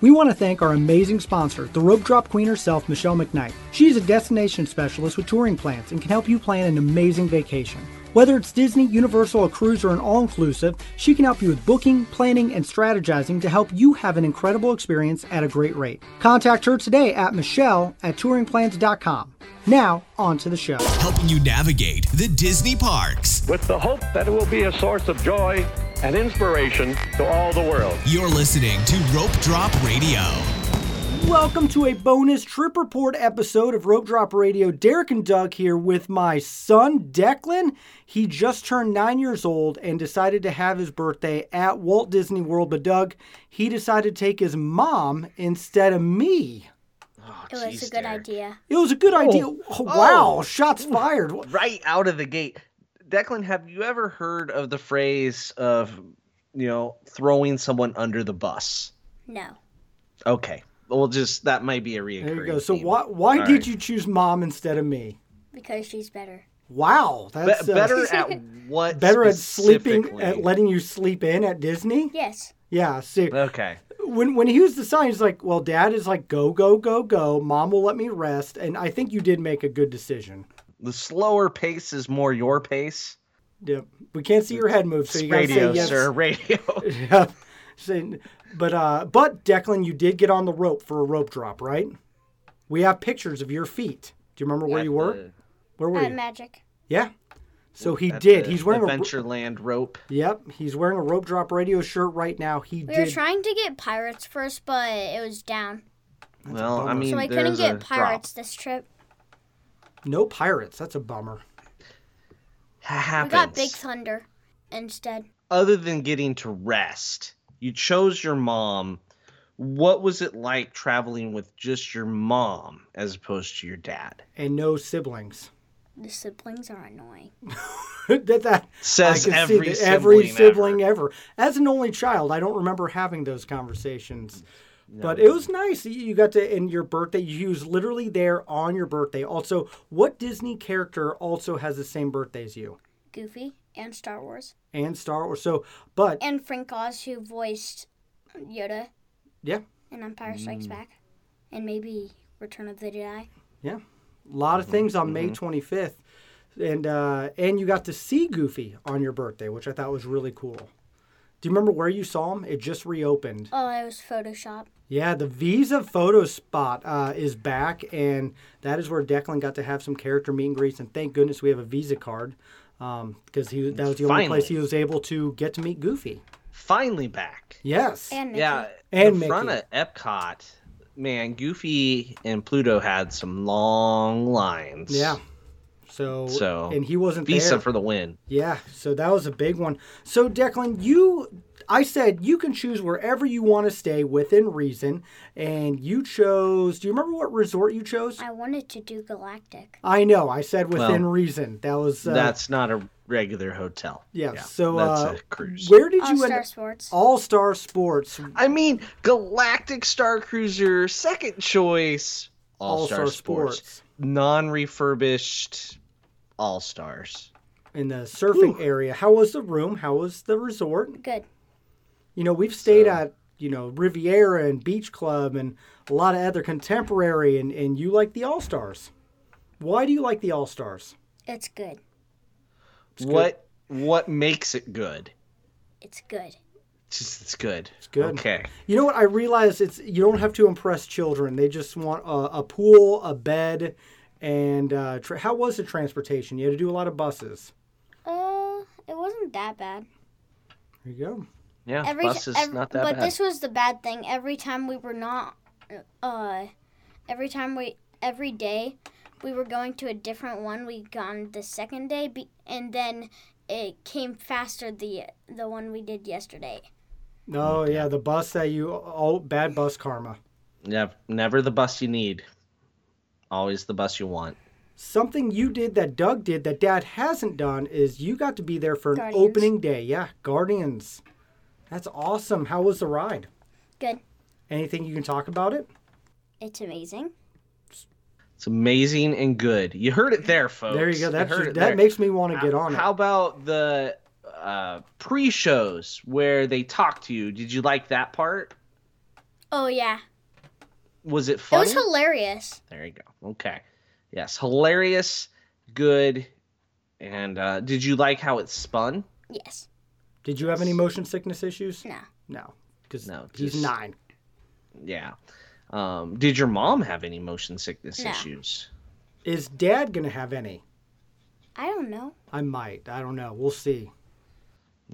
We want to thank our amazing sponsor, the rope drop queen herself, Michelle McKnight. She is a destination specialist with touring plans and can help you plan an amazing vacation. Whether it's Disney, Universal, a cruise, or an all inclusive, she can help you with booking, planning, and strategizing to help you have an incredible experience at a great rate. Contact her today at Michelle at touringplans.com. Now, on to the show. helping you navigate the Disney parks. with the hope that it will be a source of joy and inspiration to all the world. You're listening to Rope Drop Radio. Welcome to a bonus trip report episode of Rope Drop Radio. Derek and Doug here with my son, Declan. He just turned nine years old and decided to have his birthday at Walt Disney World. But, Doug, he decided to take his mom instead of me. It was a good idea. It was a good idea. Oh, wow, shots fired. Right out of the gate. Declan, have you ever heard of the phrase of, you know, throwing someone under the bus? No. Okay. We'll just, that might be a reoccurring. There you go. So, theme. why, why All did right. you choose mom instead of me? Because she's better. Wow. Be- That's uh, better at what? better at sleeping, specifically? at letting you sleep in at Disney? Yes. Yeah, see. Okay. when when he was the sign, he's like, "Well, Dad is like, go, go, go, go. Mom will let me rest." And I think you did make a good decision. The slower pace is more your pace. Yep. We can't see your head move, so you gotta radio, say yes. sir. Radio. Yep. Say- but uh, but Declan, you did get on the rope for a rope drop, right? We have pictures of your feet. Do you remember where you were? Where were Uh, you? magic. Yeah. So he At did. the He's wearing a Adventureland rope. yep. He's wearing a rope drop radio shirt right now. He We were did. trying to get pirates first, but it was down. Well, I bummer. mean, So I couldn't there's a get drop. pirates this trip. no pirates. That's a bummer. We Happens. got Big Thunder instead. other than getting to rest, you chose your mom. What was it like traveling with just your mom as opposed to your dad? And no siblings. The siblings are annoying. that that Says I can every see that every sibling sibling ever. e- ever. As an only child, I don't remember having those conversations. But it was nice. You- You got to in your birthday. You was literally there on your birthday. Also, what Disney character also has the same birthday as you? Goofy and Star Wars. And Star Wars. So, but And Frank Oz, who voiced Yoda yeah, in Empire Mm. Strikes Back. And maybe Return of the Jedi. yeah, a lot Mm-hmm, of things on May twenty fifth, and uh, and you got to see Goofy on your birthday, which I thought was really cool. Do you remember where you saw him? It just reopened. Oh, it was Photoshop. Yeah, the Visa photo spot uh, is back, and that is where Declan got to have some character meet and greets. And thank goodness we have a Visa card because he that was the only place Finally. he was able to get to meet Goofy. Finally back. Yes, And Mickey. Yeah. And in front Mickey. of Epcot, man, Goofy and Pluto had some long lines. yeah. So, So, and he wasn't Visa there. for the win. yeah, so that was a big one. So Declan, you, I said you can choose wherever you want to stay within reason, and you chose. Do you remember what resort you chose? I wanted to do Galactic. I know. I said within Well, reason. That was uh, that's not a regular hotel. Yeah, so that's uh, a cruise. Where did All you Star end? Sports. All Star Sports. I mean, Galactic Star Cruiser, second choice, All Star Sports, non refurbished All Stars. in the surfing area. How was the room? How was the resort? Good. You know, we've stayed So- at you know Riviera and Beach Club and a lot of other contemporary, and and you like the All Stars. Why do you like the All Stars? It's good. What what makes it good? It's good. It's, just, it's good. It's good. Okay. You know what? I realize it's you don't have to impress children. They just want a, a pool, a bed, and uh, tra- how was the transportation? You had to do a lot of buses. Uh, it wasn't that bad. There you go. Yeah. Every, bus is ev- not that but bad. this was the bad thing. Every time we were not, uh, every time we, every day, we were going to a different one. We got on the second day, be- and then it came faster the the one we did yesterday. Oh, No, Oh, yeah, the bus that you all bad bus karma. Never, never the bus you need. Always the bus you want. Something you did that Doug did that Dad hasn't done is you got to be there for an Guardians. opening day. Yeah, Guardians. That's awesome. How was the ride? Good. Anything you can talk about it? It's amazing. It's amazing and good. You heard it there, folks. There you go. That's heard just, it that there. makes me want to get How- on How it. about the uh, pre-shows where they talk to you? Did you like that part? Oh yeah, Was it it funny? was hilarious. There you go. Okay. Yes, hilarious, good, and uh, did you like how it spun? Yes. Did you have any motion sickness issues? No. No, because No, he's just- nine. Yeah. Um, did your mom have any motion sickness No. issues? Is Dad gonna have any? I don't know. I might. I don't know. We'll see.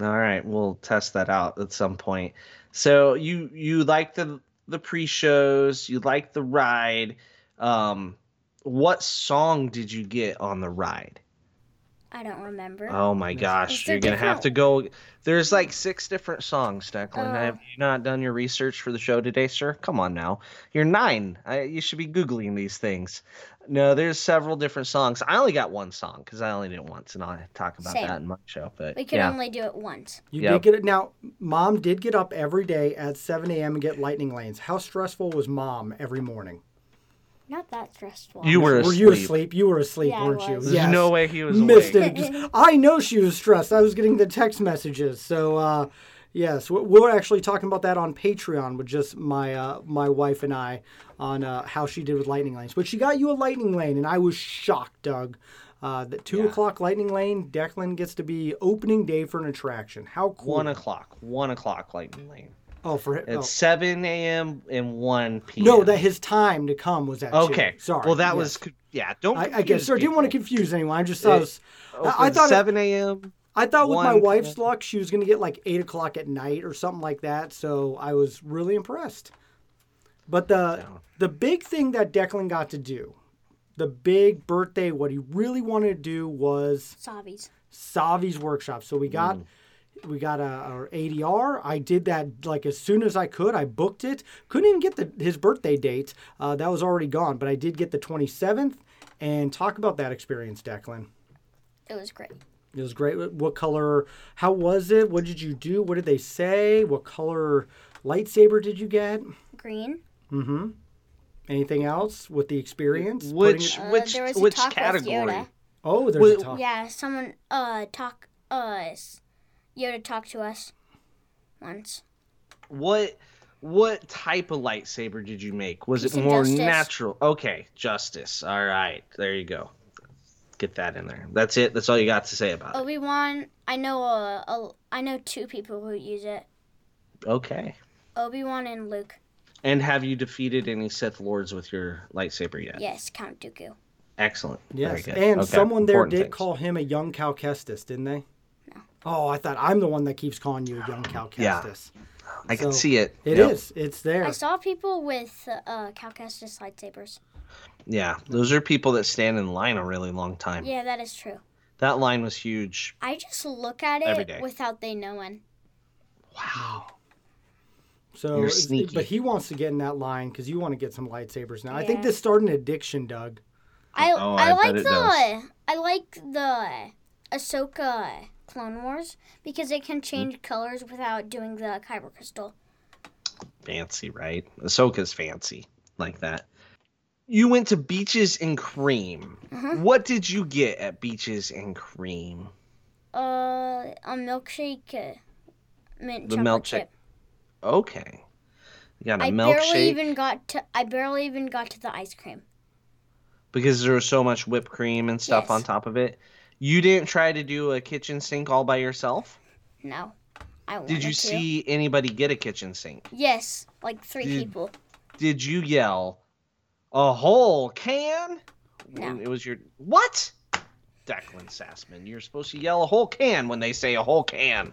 All right, we'll test that out at some point. So you you like the the pre-shows, you like the ride. Um, what song did you get on the ride? I don't remember. Oh my gosh, there you're gonna have different- to go. There's like six different songs, Declan. Oh. have you not done your research for the show today, sir? Come on now, you're nine. I, you should be googling these things. No, there's several different songs. I only got one song because I only did it once, and I'll talk about Same. that in my show. But we could yeah, only do it once. You Yep. did get it. Now, Mom did get up every day at 7 a.m. and get lightning lanes. How stressful was Mom every morning? Not that stressful. you were asleep. Were you asleep? You were asleep, Yeah, I weren't you? was. There's no way he was Missed awake. it. Just- I know she was stressed. I was getting the text messages. So, uh, yes, we- we're actually talking about that on Patreon with just my uh, my wife and I on uh, how she did with lightning lanes. But she got you a lightning lane, and I was shocked, Doug. Uh, that two o'clock lightning lane, Declan gets to be opening day for an attraction. How cool! One o'clock. One o'clock, lightning lane. oh, for him. It's seven a.m. and one p.m. No, that his time to come was at two. Okay. Sorry. Well, that Yes. was co- yeah. Don't. I, I guess. confuse Sorry, I didn't want to people. confuse anyone. I just thought. I It- was- I, I Open thought. it- seven a.m. I thought with my one- wife's luck, she was going to get like eight o'clock at night or something like that. So I was really impressed. But the the big thing that Declan got to do, the big birthday, what he really wanted to do was Sobbies. Savi's workshop. So we got we got a, our ADR. I did that like as soon as I could. I booked it. Couldn't even get the his birthday date. Uh, that was already gone. But I did get the 27th. And talk about that experience, Declan. It was great. It was great. What- What color? How was it? What did you do? What did they say? What color lightsaber did you get? Green. Anything else with the experience? Putting Which it- which uh, there was a which talk with category? Yoda. oh, there's a Wait, talk. Yeah, someone uh talk uh s- Yoda talked to us once. What what type of lightsaber did you make? Was Peace it and more justice. natural? Okay, justice. All right, there you go. Get that in there. That's it. That's all you got to say about Obi Wan. I know uh, a I know two people who use it. it. Oh. Okay. Obi Wan and Luke. And have you defeated any Sith lords with your lightsaber yet? Yes, Count Dooku. Excellent. Very Yes, good. and Okay, someone there important did things. call him a young Cal Kestis, didn't they? Oh, I thought I'm the one that keeps calling you a young Cal Yeah. Kestis. I can so- see it. It is. Yep. It's there. I saw people with uh Cal Kestis lightsabers. Yeah, those are people that stand in line a really long time. Yeah, that is true. That line was huge. I just look at Every day. it without they knowing. Wow. So, You're it's- sneaky. but he wants to get in that line because you want to get some lightsabers now. I think Yeah. this started an addiction, Doug. I Oh, I I, bet like it the does. I like the Ahsoka Clone Wars because it can change colors without doing the kyber crystal. fancy, right? Ahsoka's fancy like that. You went to Beaches and Cream. Mm-hmm. What did you get at Beaches and Cream? Uh, a milkshake, uh, mint The chocolate milkshake. chip. Okay. You got a I milkshake barely even got to I barely even got to the ice cream. because there was so much whipped cream and stuff Yes. on top of it. You didn't try to do a kitchen sink all by yourself? No, I wanted Did you to. see anybody get a kitchen sink? Yes, like three Did- people. Did you yell a whole can? When No. It was your what? Declan Sassman, you're supposed to yell a whole can when they say a whole can.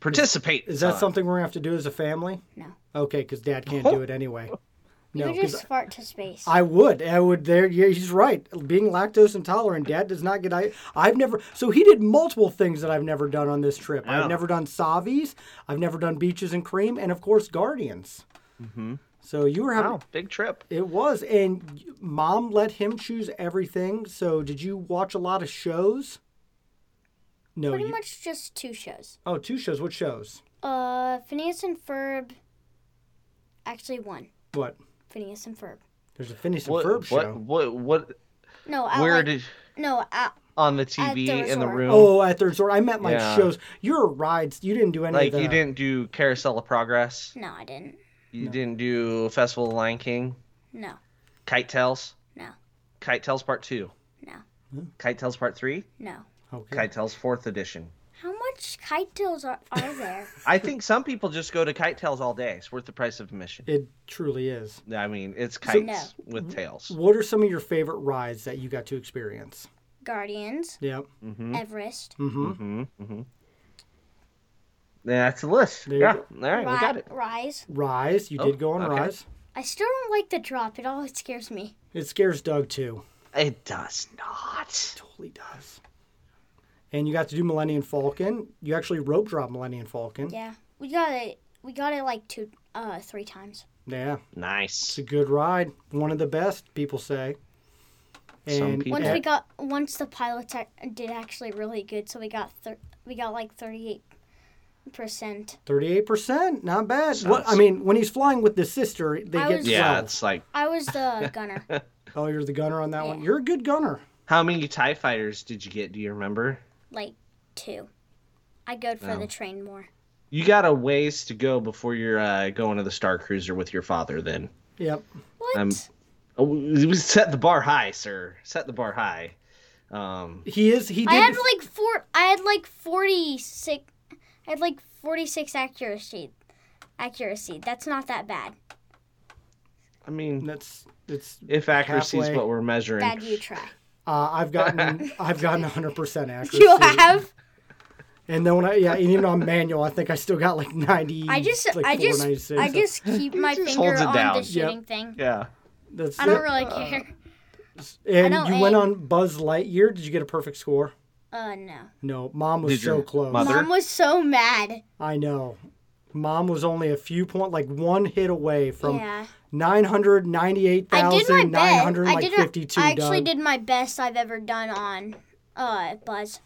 Participate. Is that son. something we're gonna have to do as a family? No. Okay, because Dad can't do it anyway. No, You would 'cause just fart to space. I would. I would. There, yeah, he's right. Being lactose intolerant, Dad does not get. I, I've never. So he did multiple things that I've never done on this trip. Yeah. I've never done Savis. I've never done beaches and cream, and of course Guardians. Mm-hmm. So you were having. Wow, big trip. It was, and Mom let him choose everything. So did you watch a lot of shows? No. Pretty You, much just two shows. oh, two shows. What shows? Uh, Phineas and Ferb. Actually, one. What? Phineas and Ferb. There's a Phineas and What, Ferb what, show. what? What? No, I where like- did no I, on the At TV the in the resort. room? Oh, at the resort. I meant like Yeah. shows. Your rides. You didn't do any like of the. you didn't do Carousel of Progress. no I didn't. You didn't do Festival of the Lion King, No, Kite Tales, no, Kite Tales Part Two, no, Kite Tales Part Three, no. Okay. Kite Tales Fourth Edition. How much kite tails are, are there? I think some people just go to Kite Tales all day. It's worth the price of admission. It truly is. I mean, it's kites with Mm-hmm. tails. What are some of your favorite rides that you got to experience? Guardians, Yep. Mm. Everest, That's the list. There you yeah. go. All right, we Ri- got it. Rise. Rise. You did go on Oh, okay. Rise. I still don't like the drop. It always scares me. It scares Doug too. It does not. Totally does. And you got to do Millennium Falcon. You actually rope drop Millennium Falcon. Yeah, we got it. We got it like two, uh, three times. Yeah, Nice. It's a good ride. One of the best, people say. And Some people- Once Yeah. we got, once the pilots ac- did actually really good, so we got thir- we got like thirty-eight percent. Thirty-eight percent, not bad. What, I Sounds- mean, when he's flying with the sister, they I get was- Yeah, twelve. it's like I was the gunner. Oh, you're the gunner on that one. You're a good gunner. how many Tie Fighters did you get? Do you remember? like two. I go for the train more. You got a ways to go before you're uh, going to the Star Cruiser with your father. Then Yep. What? Um, oh, we set the bar high, sir. Set the bar high. Um, He is. He did. I had like four. I had like forty-six. I had like forty-six accuracy. Accuracy. That's not that bad. I mean, that's. It's. if accuracy is Halfway. what we're measuring, Bad you try. Uh, I've gotten. I've gotten 100 percent accuracy. You have. And then when I yeah, and even on manual, I think I still got like 90. I just. Mm, Like I 496, just. I so just keep my just finger holds it on down. the shooting thing. yeah. That's I don't it. really care. And I don't you went aim. on Buzz Lightyear. Did you get a perfect score? Uh, no. No, mom was Did so your close. mother- Mom was so mad. I know. Mom was only a few point, like one hit away from Yeah. nine hundred ninety-eight I did my thousand nine best. hundred I like did. fifty-two. I actually Doug. did my best I've ever done on uh Buzz.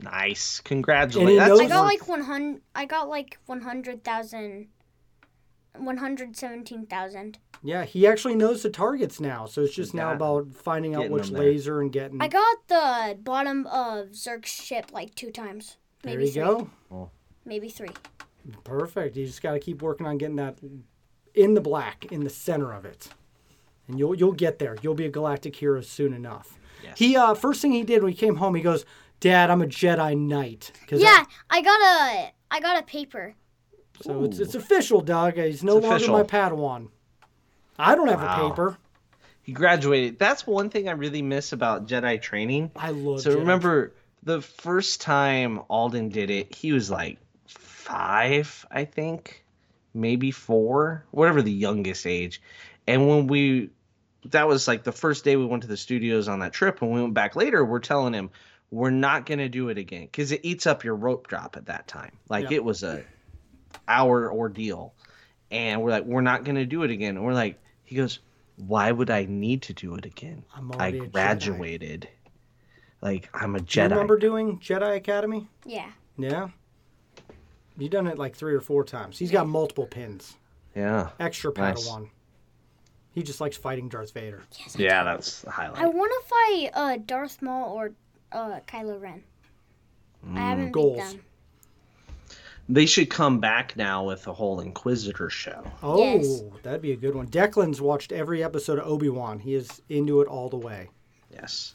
Nice. And he Congratulations. knows- I That's got Or- like one hundred. I got like one hundred thousand. One hundred seventeen thousand. Yeah, he actually knows the targets now, so it's just now Yeah. about finding out Getting which them there. laser and getting. I got the bottom of Zerg's ship like two times. there Maybe you three. go. Maybe three. Perfect. You just got to keep working on getting that in the black, in the center of it, and you'll you'll get there. You'll be a galactic hero soon enough. He uh, first thing he did when he came home, he goes, "Dad, I'm a Jedi Knight." 'Cause I- Yeah, I got a. I got a paper. so it's, it's official, Doug. He's no It's longer my official. Padawan. I don't have a Wow. paper. he graduated. That's one thing I really miss about Jedi training. I love. So Jedi. remember the first time Alden did it, he was like five, I think, maybe four, whatever the youngest age. And when we, that was like the first day we went to the studios on that trip. When we went back later, we're telling him we're not gonna do it again because it eats up your rope drop at that time. Like Yeah. it was a hour ordeal, and we're like, we're not gonna do it again. And we're like, he goes, why would I need to do it again? I'm I already a Jedi." graduated. Like I'm a Do you Jedi. remember doing Jedi Academy? Yeah. Yeah. You done it like three or four times. He's got multiple pins. Yeah. Extra Nice. Padawan. He just likes fighting Darth Vader. Yeah, that's the I highlight. want to fight uh, Darth Maul or uh, Kylo Ren. Mm, I haven't Goals. beat them. They should come back now with the whole Inquisitor show. Oh, Yes. that'd be a good one. Declan's watched every episode of Obi Wan. He is into it all the way. Yes.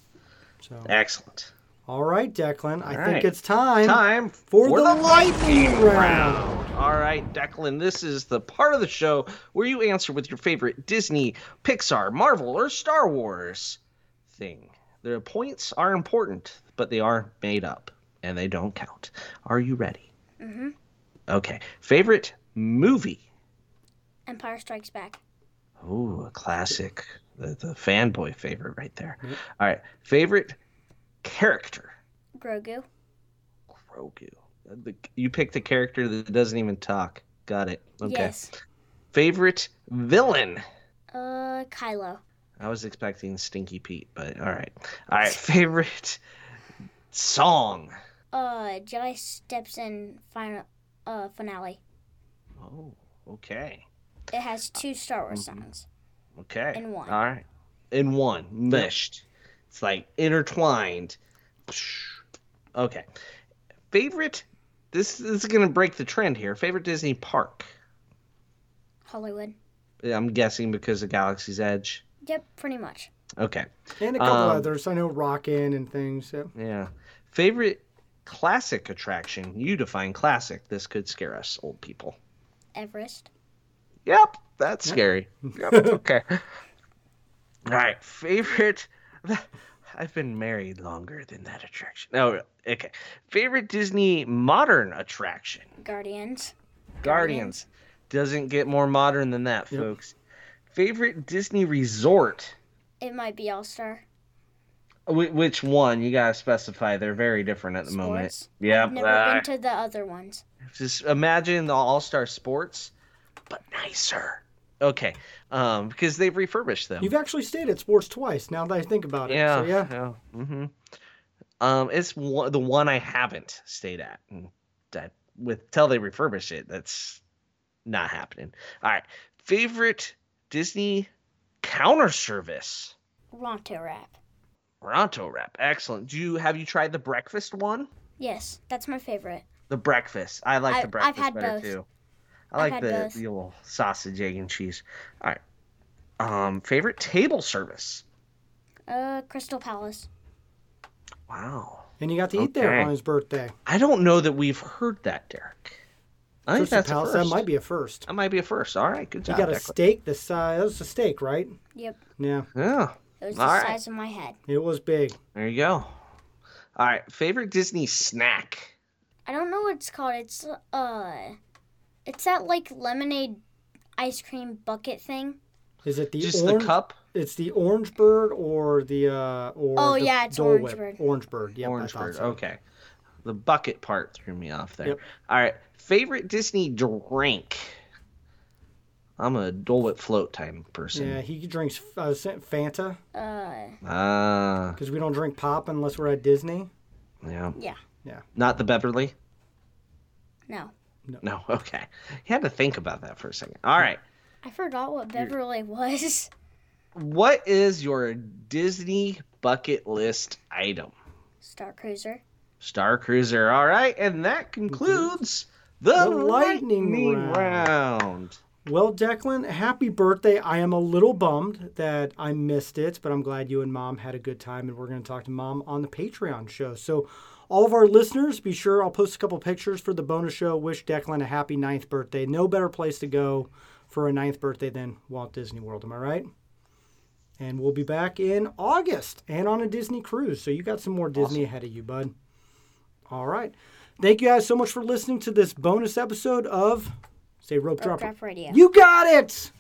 So, Excellent. all right, Declan, I think right. it's time. Time for the lightning round. All right, Declan, this is the part of the show where you answer with your favorite Disney, Pixar, Marvel, or Star Wars thing. Their points are important, but they are made up and they don't count. Are you ready? Mm-hmm. Okay. Favorite movie? Empire Strikes Back. Ooh, a classic. The, the fanboy favorite right there. All right. Favorite character? Grogu. Grogu. Uh, The, you picked a character that doesn't even talk. Got it. Okay. Yes. Favorite villain? Uh, Kylo. I was expecting Stinky Pete, but all right. All right. Favorite song? Uh, Jedi steps in final uh finale. Oh, okay. It has two Star Wars Mm-hmm. songs. Okay. In one. All right. In one. Meshed. It's like intertwined. Okay. Favorite. This, this is going to break the trend here. Favorite Disney park? Hollywood. I'm guessing because of Galaxy's Edge. Yep, pretty much. Okay. and a couple Um, hmm. others. I know Rockin' and things. Uh, Yeah. Yeah. Favorite classic attraction? You define classic. This could scare us old people. Everest. Yep, that's scary. Yep, okay. All right, favorite. I've been married longer than that attraction. No, okay. Favorite Disney modern attraction? Guardians. Guardians. Doesn't get more modern than that, folks. Favorite Disney resort? It might be All Star. Wh- which one? You gotta specify. They're very different at the moment. Sports. Yep. Never uh, been to the other ones. just imagine the All Star Sports, but nicer. Okay, um, because they've refurbished them. You've actually stayed at sports twice. Now that I think about it. yeah, So, yeah. hmm Um, it's one, the one I haven't stayed at. And that, with till they refurbish it, that's not happening. All right, favorite Disney counter service. Ronto Wrap. Toronto wrap, excellent. Do you have you tried the breakfast one? Yes, that's my favorite. The breakfast. I like I- the I've breakfast had better both. too. I I've like had the, both. the little sausage, egg, and cheese. All right. Um, favorite table service. Uh, Crystal Palace. Wow. And you got to eat there Okay. on his birthday. I don't know that we've heard that, Derek. I think Crystal that's Palace. a first. That might be a first. That might be a first. All right, good You job. got a Declan. steak the size. That was a steak, right? Yep, Yeah. yeah, it was All the right. size of my head. It was big. there you go. All right, favorite Disney snack. I don't know what it's called. It's uh, it's that like lemonade ice cream bucket thing. Is it the Just orange? the cup. It's the orange bird or the uh or Oh, the yeah, it's Dole Orange Whip. Bird. Orange bird. Yep, orange I thought bird. Oh. so. Okay. The bucket part threw me off there. Yep. All right. Favorite Disney drink. I'm a Dole Whip float time Yeah, person. he drinks uh, Sa- Fanta Uh, Ah, because we don't drink pop unless we're at Disney. yeah. yeah, Not the Beverly. no, No. Okay. You had to think about that for a second. All right. I forgot what Beverly was. What is your Disney bucket list item? Star Cruiser. Star Cruiser. All right, and that concludes Mhm. the, The lightning lightning, round. Well, Declan, happy birthday. I am a little bummed that I missed it, but I'm glad you and mom had a good time, and we're going to talk to mom on the Patreon show. So, all of our listeners, be sure I'll post a couple pictures for the bonus show. Wish Declan a happy ninth birthday. No better place to go for a ninth birthday than Walt Disney World. Am I right? And we'll be back in August and on a Disney cruise. So, you got some more Disney ahead of you, bud. All right. Thank you guys so much for listening to this bonus episode of Say Rope Dropper. Drop Radio. You got it!